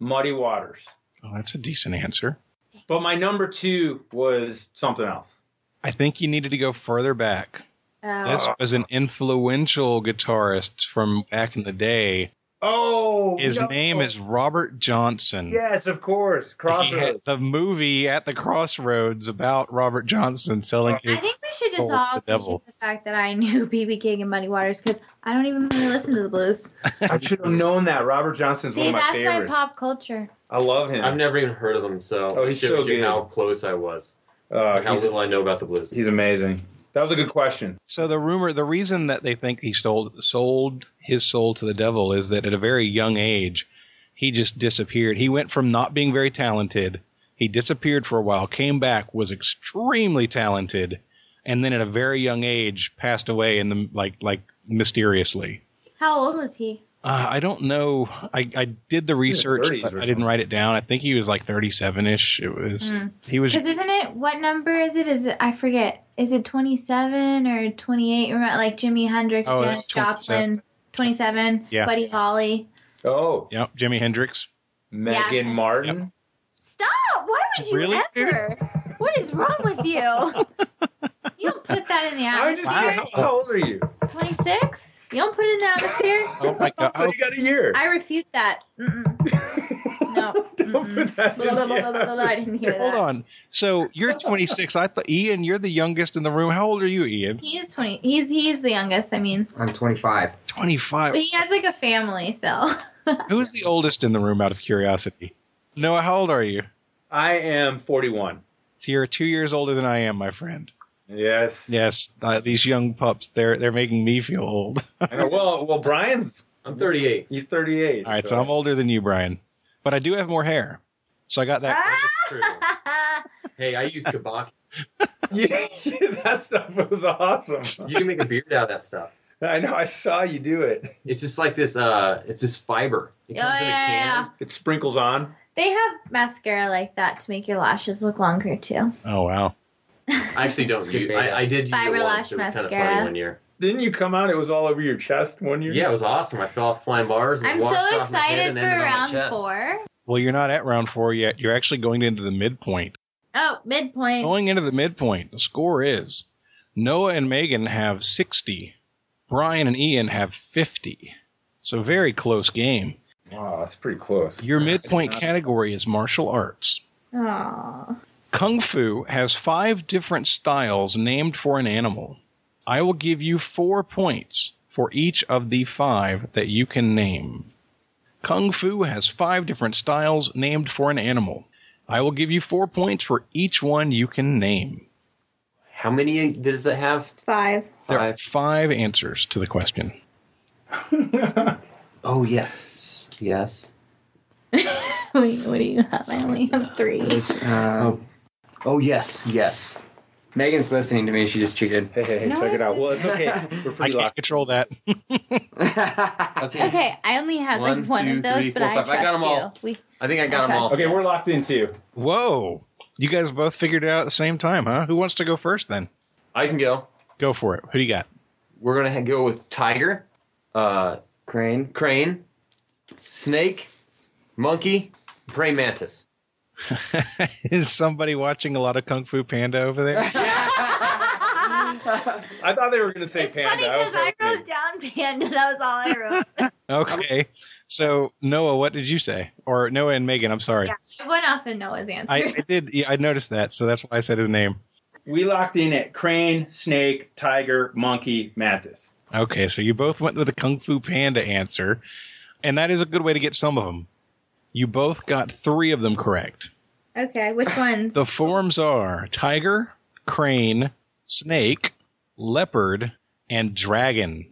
Speaker 10: Muddy Waters,
Speaker 9: Oh, that's a decent answer.
Speaker 10: but my number two was something else.
Speaker 9: I think you needed to go further back.
Speaker 7: Oh.
Speaker 9: This was an influential guitarist from back in the day.
Speaker 10: Oh,
Speaker 9: His
Speaker 10: no.
Speaker 9: name is Robert Johnson.
Speaker 10: Yes, of course.
Speaker 9: He had (laughs)
Speaker 10: Crossroads.
Speaker 9: the movie at the crossroads about Robert Johnson selling
Speaker 7: I
Speaker 9: his.
Speaker 7: think we should just
Speaker 9: Soul to
Speaker 7: all
Speaker 9: the devil.
Speaker 7: appreciate the fact that I (laughs) knew BB King and Muddy Waters because I don't even really listen to the blues.
Speaker 10: I should have known that. Robert Johnson's
Speaker 7: See,
Speaker 10: one of my
Speaker 7: that's
Speaker 10: favorites.
Speaker 7: my pop culture.
Speaker 10: I love him.
Speaker 11: I've never even heard of him, so
Speaker 10: Oh, he's
Speaker 11: it shows
Speaker 10: so
Speaker 11: you
Speaker 10: good.
Speaker 11: how close I was.
Speaker 10: Uh,
Speaker 11: How
Speaker 10: he's,
Speaker 11: little I know about the blues.
Speaker 10: he's amazing. That was a good question.
Speaker 9: So the rumor, the reason that they think he sold sold his soul to the devil is that at a very young age, he just disappeared. He went from not being very talented. He disappeared for a while, came back, was extremely talented, and then at a very young age passed away in the like like mysteriously.
Speaker 7: How old was he?
Speaker 9: Uh, I don't know. I, I did the
Speaker 10: was
Speaker 9: research,
Speaker 10: 30s
Speaker 9: but
Speaker 10: or
Speaker 9: I didn't write it down. I think he was like thirty seven ish. It was
Speaker 7: Mm.
Speaker 9: he was
Speaker 7: Because isn't it what number is it? Is it I forget? Is it twenty seven or twenty eight? Remember, like Jimi Hendrix,
Speaker 9: Oh,
Speaker 7: Janis
Speaker 9: that's 27.
Speaker 7: Joplin, twenty seven,
Speaker 9: Yeah.
Speaker 7: Buddy Holly.
Speaker 10: Oh,
Speaker 9: yep Jimi Hendrix.
Speaker 10: Megan
Speaker 7: Yeah.
Speaker 10: Martin.
Speaker 7: Stop! Why would you
Speaker 9: Really, dude?
Speaker 7: ever? What is wrong with you?
Speaker 9: (laughs)
Speaker 7: you don't put that in the
Speaker 10: I'm just kidding.
Speaker 7: atmosphere.
Speaker 10: How, how old are you?
Speaker 7: Twenty six. You don't put it in the atmosphere.
Speaker 9: Oh my
Speaker 12: Uh,
Speaker 9: god!
Speaker 10: So you got a year. (laughs)
Speaker 7: I refute that. Mm-mm.
Speaker 11: (laughs)
Speaker 7: No.
Speaker 10: Don't
Speaker 7: Mm-mm.
Speaker 10: put that in
Speaker 7: Blah, blah, blah,
Speaker 10: the
Speaker 7: blah, blah, blah. I didn't hear
Speaker 9: Here, hold
Speaker 7: that.
Speaker 9: on. So you're 26. I thought Ian, you're the youngest in the room. How old are you, Ian?
Speaker 7: He is twenty. He's he's the youngest. I mean,
Speaker 8: I'm 25.
Speaker 9: 25.
Speaker 7: but he has like a family, so
Speaker 9: Who's the oldest in the room? Out of curiosity, Noah, how old are you?
Speaker 10: I am 41.
Speaker 9: So you're two years older than I am, my friend.
Speaker 10: Yes.
Speaker 9: Yes, uh, these young pups. They're they're making me feel old. (laughs)
Speaker 10: I know. Well, well, Brian's
Speaker 11: I'm 38.
Speaker 10: he's 38.
Speaker 9: All right, so I'm older than you, Brian, but I do have more hair. So I got that.
Speaker 11: That's
Speaker 7: (laughs)
Speaker 11: true.
Speaker 7: Oh,
Speaker 11: hey, I use kabaki.
Speaker 10: (laughs) Yeah, that stuff was awesome.
Speaker 11: You can make a beard out of that stuff.
Speaker 10: I know. I saw you do it.
Speaker 11: It's just like this. Uh, it's this fiber. It
Speaker 7: Oh, yeah, yeah.
Speaker 10: It sprinkles on.
Speaker 7: they have mascara like that to make your lashes look longer too.
Speaker 9: Oh wow.
Speaker 11: I actually don't
Speaker 8: It's good
Speaker 11: use.
Speaker 8: beta.
Speaker 11: I, I did use
Speaker 7: Fiber
Speaker 11: it
Speaker 7: lash
Speaker 11: once. It was kind of funny
Speaker 7: mascara.
Speaker 11: one year.
Speaker 10: Didn't you come out? It was all over your chest one year.
Speaker 11: Yeah, it was awesome. I fell off flying bars. And
Speaker 7: I'm
Speaker 11: it washed
Speaker 7: so
Speaker 11: off my head
Speaker 7: excited
Speaker 11: and
Speaker 7: for
Speaker 11: ended on my
Speaker 7: round
Speaker 11: chest.
Speaker 7: four.
Speaker 9: Well, you're not at round four yet. You're actually going into the midpoint.
Speaker 7: Oh, midpoint.
Speaker 9: Going into the midpoint, the score is Noah and Megan have 60, Brian and Ian have 50. So, very close game.
Speaker 10: Wow, that's pretty close.
Speaker 9: Your midpoint category is martial arts.
Speaker 7: Aw.
Speaker 9: Kung Fu has five different styles named for an animal. I will give you four points for each of the five that you can name. Kung Fu has five different styles named for an animal. I will give you four points for each one you can name.
Speaker 11: How many does it have?
Speaker 7: Five.
Speaker 9: There are
Speaker 11: Five.
Speaker 9: five answers to the question.
Speaker 11: Oh yes, yes.
Speaker 7: Wait, what do you have? I only have three.
Speaker 8: It's, uh,
Speaker 11: Oh yes, yes.
Speaker 8: Megan's listening to me. She just cheated.
Speaker 10: Hey, hey, hey,
Speaker 7: No,
Speaker 10: check it out. Well, it's okay. We're
Speaker 9: I
Speaker 10: pretty
Speaker 9: can't
Speaker 10: locked.
Speaker 9: control that. (laughs)
Speaker 11: Okay.
Speaker 7: Okay, I only had
Speaker 11: One,
Speaker 7: like one
Speaker 11: two,
Speaker 7: of those,
Speaker 11: three,
Speaker 7: but
Speaker 11: four,
Speaker 7: I
Speaker 11: five.
Speaker 7: trust
Speaker 11: I got 'em all.
Speaker 7: you. We
Speaker 11: I think I
Speaker 7: I
Speaker 11: got them
Speaker 7: trust
Speaker 11: all.
Speaker 7: you.
Speaker 10: Okay, we're locked in too.
Speaker 9: Whoa. You guys both figured it out at the same time, huh? Who wants to go first then?
Speaker 11: I can go.
Speaker 9: Go for it. Who do you got? (laughs)
Speaker 11: We're gonna ha- go with tiger, uh,
Speaker 8: Crane.
Speaker 11: crane, snake, monkey, praying mantis.
Speaker 9: Is somebody watching a lot of Kung Fu Panda over there?
Speaker 10: I thought they were going to say
Speaker 7: It's
Speaker 10: panda.
Speaker 7: funny
Speaker 10: I was
Speaker 7: because I,
Speaker 10: hoping.
Speaker 7: wrote down panda. That was all I wrote.
Speaker 9: Okay. So Noah, what did you say? Or Noah and Megan? I'm sorry.
Speaker 8: Yeah, I went off in Noah's answer.
Speaker 9: I, I did. Yeah, I noticed that, so that's why I said his name.
Speaker 13: We locked in at crane, snake, tiger, monkey, Mathis.
Speaker 9: Okay, so you both went with the Kung Fu Panda answer, and that is a good way to get some of them. You both got three of them correct.
Speaker 8: (laughs) okay,
Speaker 9: (laughs)
Speaker 8: which ones?
Speaker 9: The forms are tiger, crane, snake, leopard, and dragon.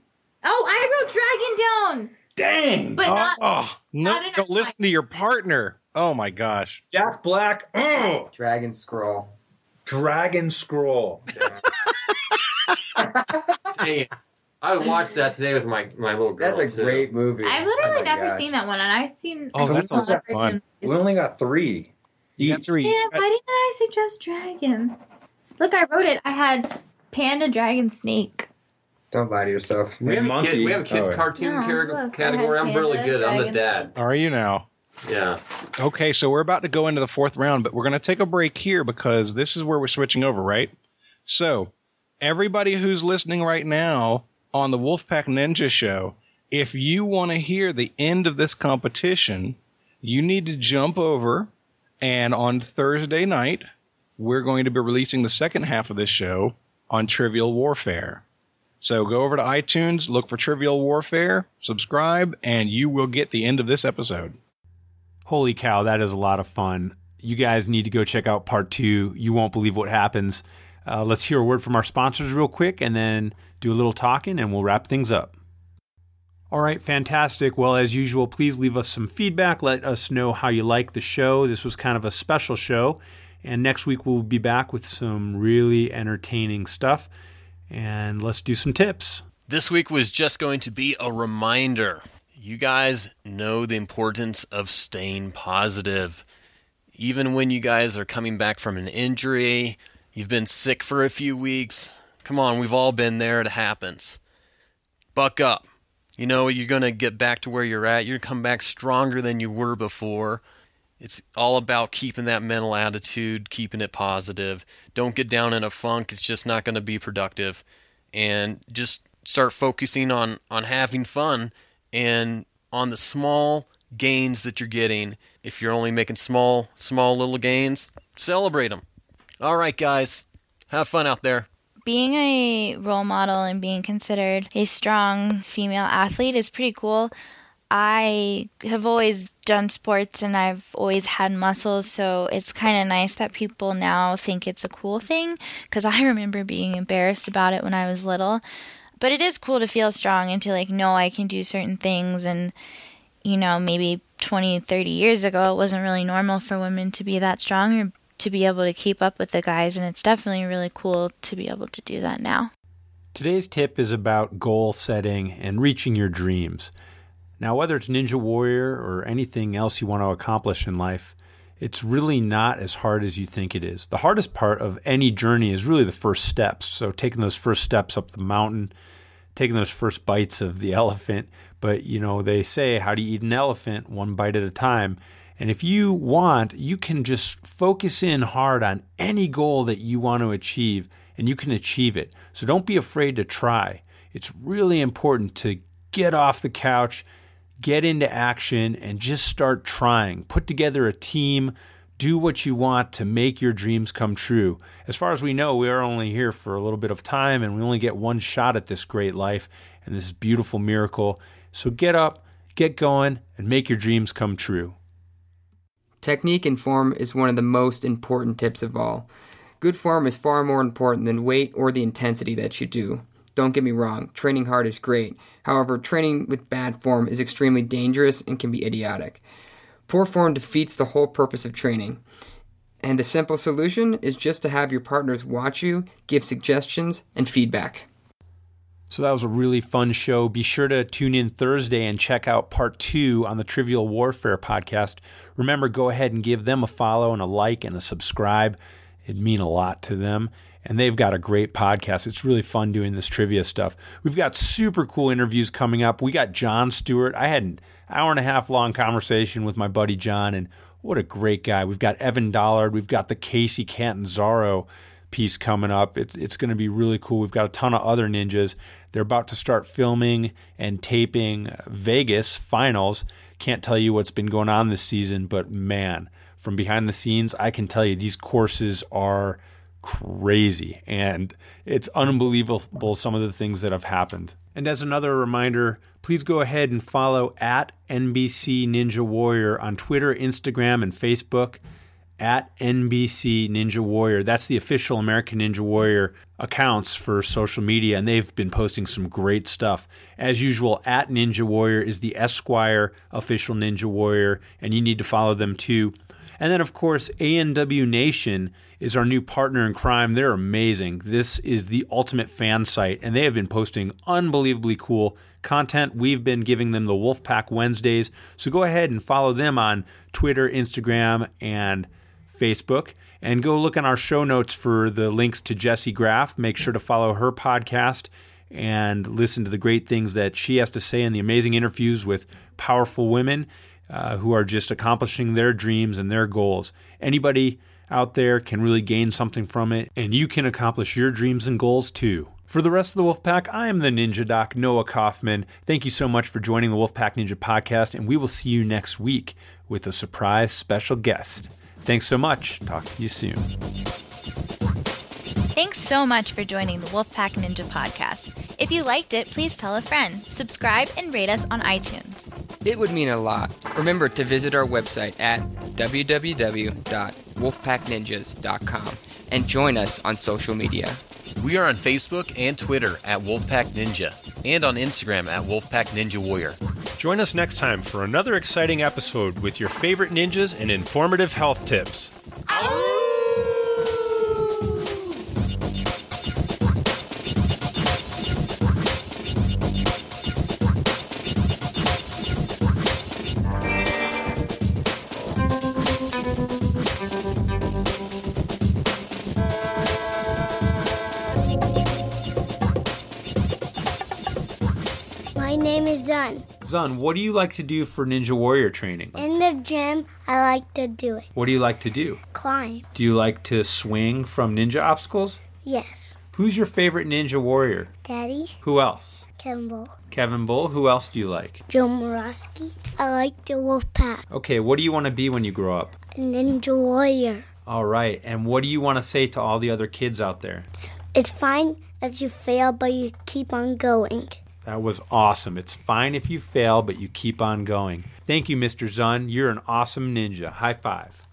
Speaker 8: oh, I wrote dragon down.
Speaker 13: Dang!
Speaker 8: But not.
Speaker 9: oh, no, don't listen to your partner. Oh my gosh.
Speaker 13: Jack Black. Oh,
Speaker 3: Dragon Scroll.
Speaker 13: Dragon Scroll.
Speaker 12: Dang. I watched that today with my, my little girl.
Speaker 3: That's a
Speaker 12: too.
Speaker 3: great movie.
Speaker 8: I've literally
Speaker 3: Oh my
Speaker 8: never
Speaker 3: gosh.
Speaker 8: seen that one, and I've seen.
Speaker 9: Oh, that's a lot of fun.
Speaker 13: We only got three.
Speaker 9: You got three.
Speaker 8: Yeah, why didn't I suggest dragon? Look, I wrote it. I had panda, dragon, snake.
Speaker 3: Don't lie to yourself.
Speaker 12: We have, a
Speaker 13: monkey.
Speaker 12: kid, we have a kids'
Speaker 13: Oh, yeah.
Speaker 12: cartoon
Speaker 8: No,
Speaker 12: car-
Speaker 8: look, I
Speaker 12: category.
Speaker 8: have
Speaker 12: I'm really
Speaker 8: panda,
Speaker 12: good. I'm the dad.
Speaker 8: dragon,
Speaker 9: Are you now?
Speaker 12: Yeah.
Speaker 9: Okay, so we're about to go into the fourth round, but we're going to take a break here because this is where we're switching over, right? So, everybody who's listening right now on the Wolfpack Ninja Show, if you want to hear the end of this competition, you need to jump over. And on Thursday night, we're going to be releasing the second half of this show on Trivial Warfare. So go over to iTunes, look for Trivial Warfare, subscribe, and you will get the end of this episode.
Speaker 1: Holy cow, that is a lot of fun. You guys need to go check out part two. You won't believe what happens. Uh, let's hear a word from our sponsors real quick and then do a little talking and we'll wrap things up. All right, fantastic. Well, as usual, please leave us some feedback. Let us know how you like the show. This was kind of a special show. And next week, we'll be back with some really entertaining stuff. And let's do some tips.
Speaker 11: This week was just going to be a reminder. You guys know the importance of staying positive. Even when you guys are coming back from an injury, you've been sick for a few weeks. Come on, we've all been there, it happens. Buck up. You know, you're going to get back to where you're at. You're going to come back stronger than you were before. It's all about keeping that mental attitude, keeping it positive. Don't get down in a funk. It's just not going to be productive. And just start focusing on on having fun and on the small gains that you're getting. If you're only making small small little gains, celebrate them. All right, guys. Have fun out there.
Speaker 7: being a role model and being considered a strong female athlete is pretty cool. I have always done sports and I've always had muscles, so it's kind of nice that people now think it's a cool thing because I (laughs) remember being embarrassed about it when I was little. But it is cool to feel strong and to like know I can do certain things and you know, maybe 20, 30 years ago, it wasn't really normal for women to be that strong or to be able to keep up with the guys. And it's definitely really cool to be able to do that now.
Speaker 1: Today's tip is about goal setting and reaching your dreams. Now, whether it's Ninja Warrior or anything else you want to accomplish in life, it's really not as hard as you think it is. The hardest part of any journey is really the first steps. So, taking those first steps up the mountain, taking those first bites of the (laughs) elephant. But, you know, they say, how do you eat an elephant? One bite at a time. And if you want, you can just focus in hard on any goal that you want to achieve and you can achieve it. So don't be afraid to try. It's really important to get off the couch, get into action, and just start trying. Put together a team, do what you want to make your dreams come true. As far as we know, we are only here for a little bit of time and we only get one shot at this great life and this beautiful miracle. So get up, get going, and make your dreams come true.
Speaker 3: Technique and form is one of the most important tips of all. Good form is far more important than weight or the intensity that you do. Don't get me wrong, training hard is great. However, training with bad form is extremely dangerous and can be idiotic. Poor form defeats the whole purpose of training. And the simple solution is just to have your partners watch you, give suggestions, and feedback.
Speaker 1: So that was a really fun show. Be sure to tune in Thursday and check out part two on the Trivial Warfare podcast. Remember, go ahead and give them a follow and a like and a subscribe. It'd mean a lot to them. And they've got a great podcast. It's really fun doing this trivia stuff. We've got super cool interviews coming up. We got John Stewart. I had an hour and a half long conversation with my buddy John, and what a great guy. We've got Evan Dollard. We've got the Casey Cantanzaro piece coming up. It's it's going to be really cool. We've got a ton of other ninjas. They're about to start filming and taping Vegas finals. Can't tell you what's been going on this season, but man, from behind the scenes, I can tell you these courses are crazy and it's unbelievable some of the things that have happened. And as another reminder, please go ahead and follow at NBC Ninja Warrior on Twitter, Instagram, and Facebook at NBC Ninja Warrior. That's the official American Ninja Warrior accounts for social media, and they've been posting some great stuff. As usual, at Ninja Warrior is the Esquire official Ninja Warrior, and you need to follow them too. And then, of course, ANW Nation is our new partner in crime. They're amazing. This is the ultimate fan site, and they have been posting unbelievably cool content. We've been giving them the Wolfpack Wednesdays. So go ahead and follow them on Twitter, Instagram, and Facebook. And go look in our show notes for the links to Jessie Graff. Make sure to follow her podcast and listen to the great things that she has to say and the amazing interviews with powerful women uh, who are just accomplishing their dreams and their goals. Anybody out there can really gain something from it, and you can accomplish your dreams and goals too. For the rest of the Wolfpack, I am the Ninja Doc, Noah Kaufman. Thank you so much for joining the Wolfpack Ninja podcast, and we will see you next week with a surprise special guest. Thanks so much. Talk to you soon.
Speaker 7: Thanks so much for joining the Wolfpack Ninja podcast. If you liked it, please tell a friend, subscribe, and rate us on iTunes.
Speaker 3: It would mean a lot. Remember to visit our website at www.wolfpackninjas.com and join us on social media.
Speaker 11: We are on Facebook and Twitter at Wolfpack Ninja and on Instagram at Wolfpack Ninja Warrior.
Speaker 10: Join us next time for another exciting episode with your favorite ninjas and informative health tips.
Speaker 9: My name is Zun.
Speaker 1: Zon, what do you like to do for Ninja Warrior training?
Speaker 9: In the gym, I like to do it.
Speaker 1: What do you like to do?
Speaker 9: Climb.
Speaker 1: Do you like to swing from ninja obstacles?
Speaker 9: Yes.
Speaker 1: Who's your favorite Ninja Warrior?
Speaker 9: Daddy,
Speaker 1: Who else?
Speaker 9: Kimball,
Speaker 1: Kevin Bull, who else do you like?
Speaker 9: Joe Morosky. I like the wolf pack.
Speaker 1: Okay, what do you want to be when you grow up?
Speaker 9: Ninja warrior.
Speaker 1: All right, and what do you want to say to all the other kids out there?
Speaker 9: It's fine if you fail, but you keep on going.
Speaker 1: That was awesome. It's fine if you fail, but you keep on going. Thank you, Mr. Zun. You're an awesome ninja. High five.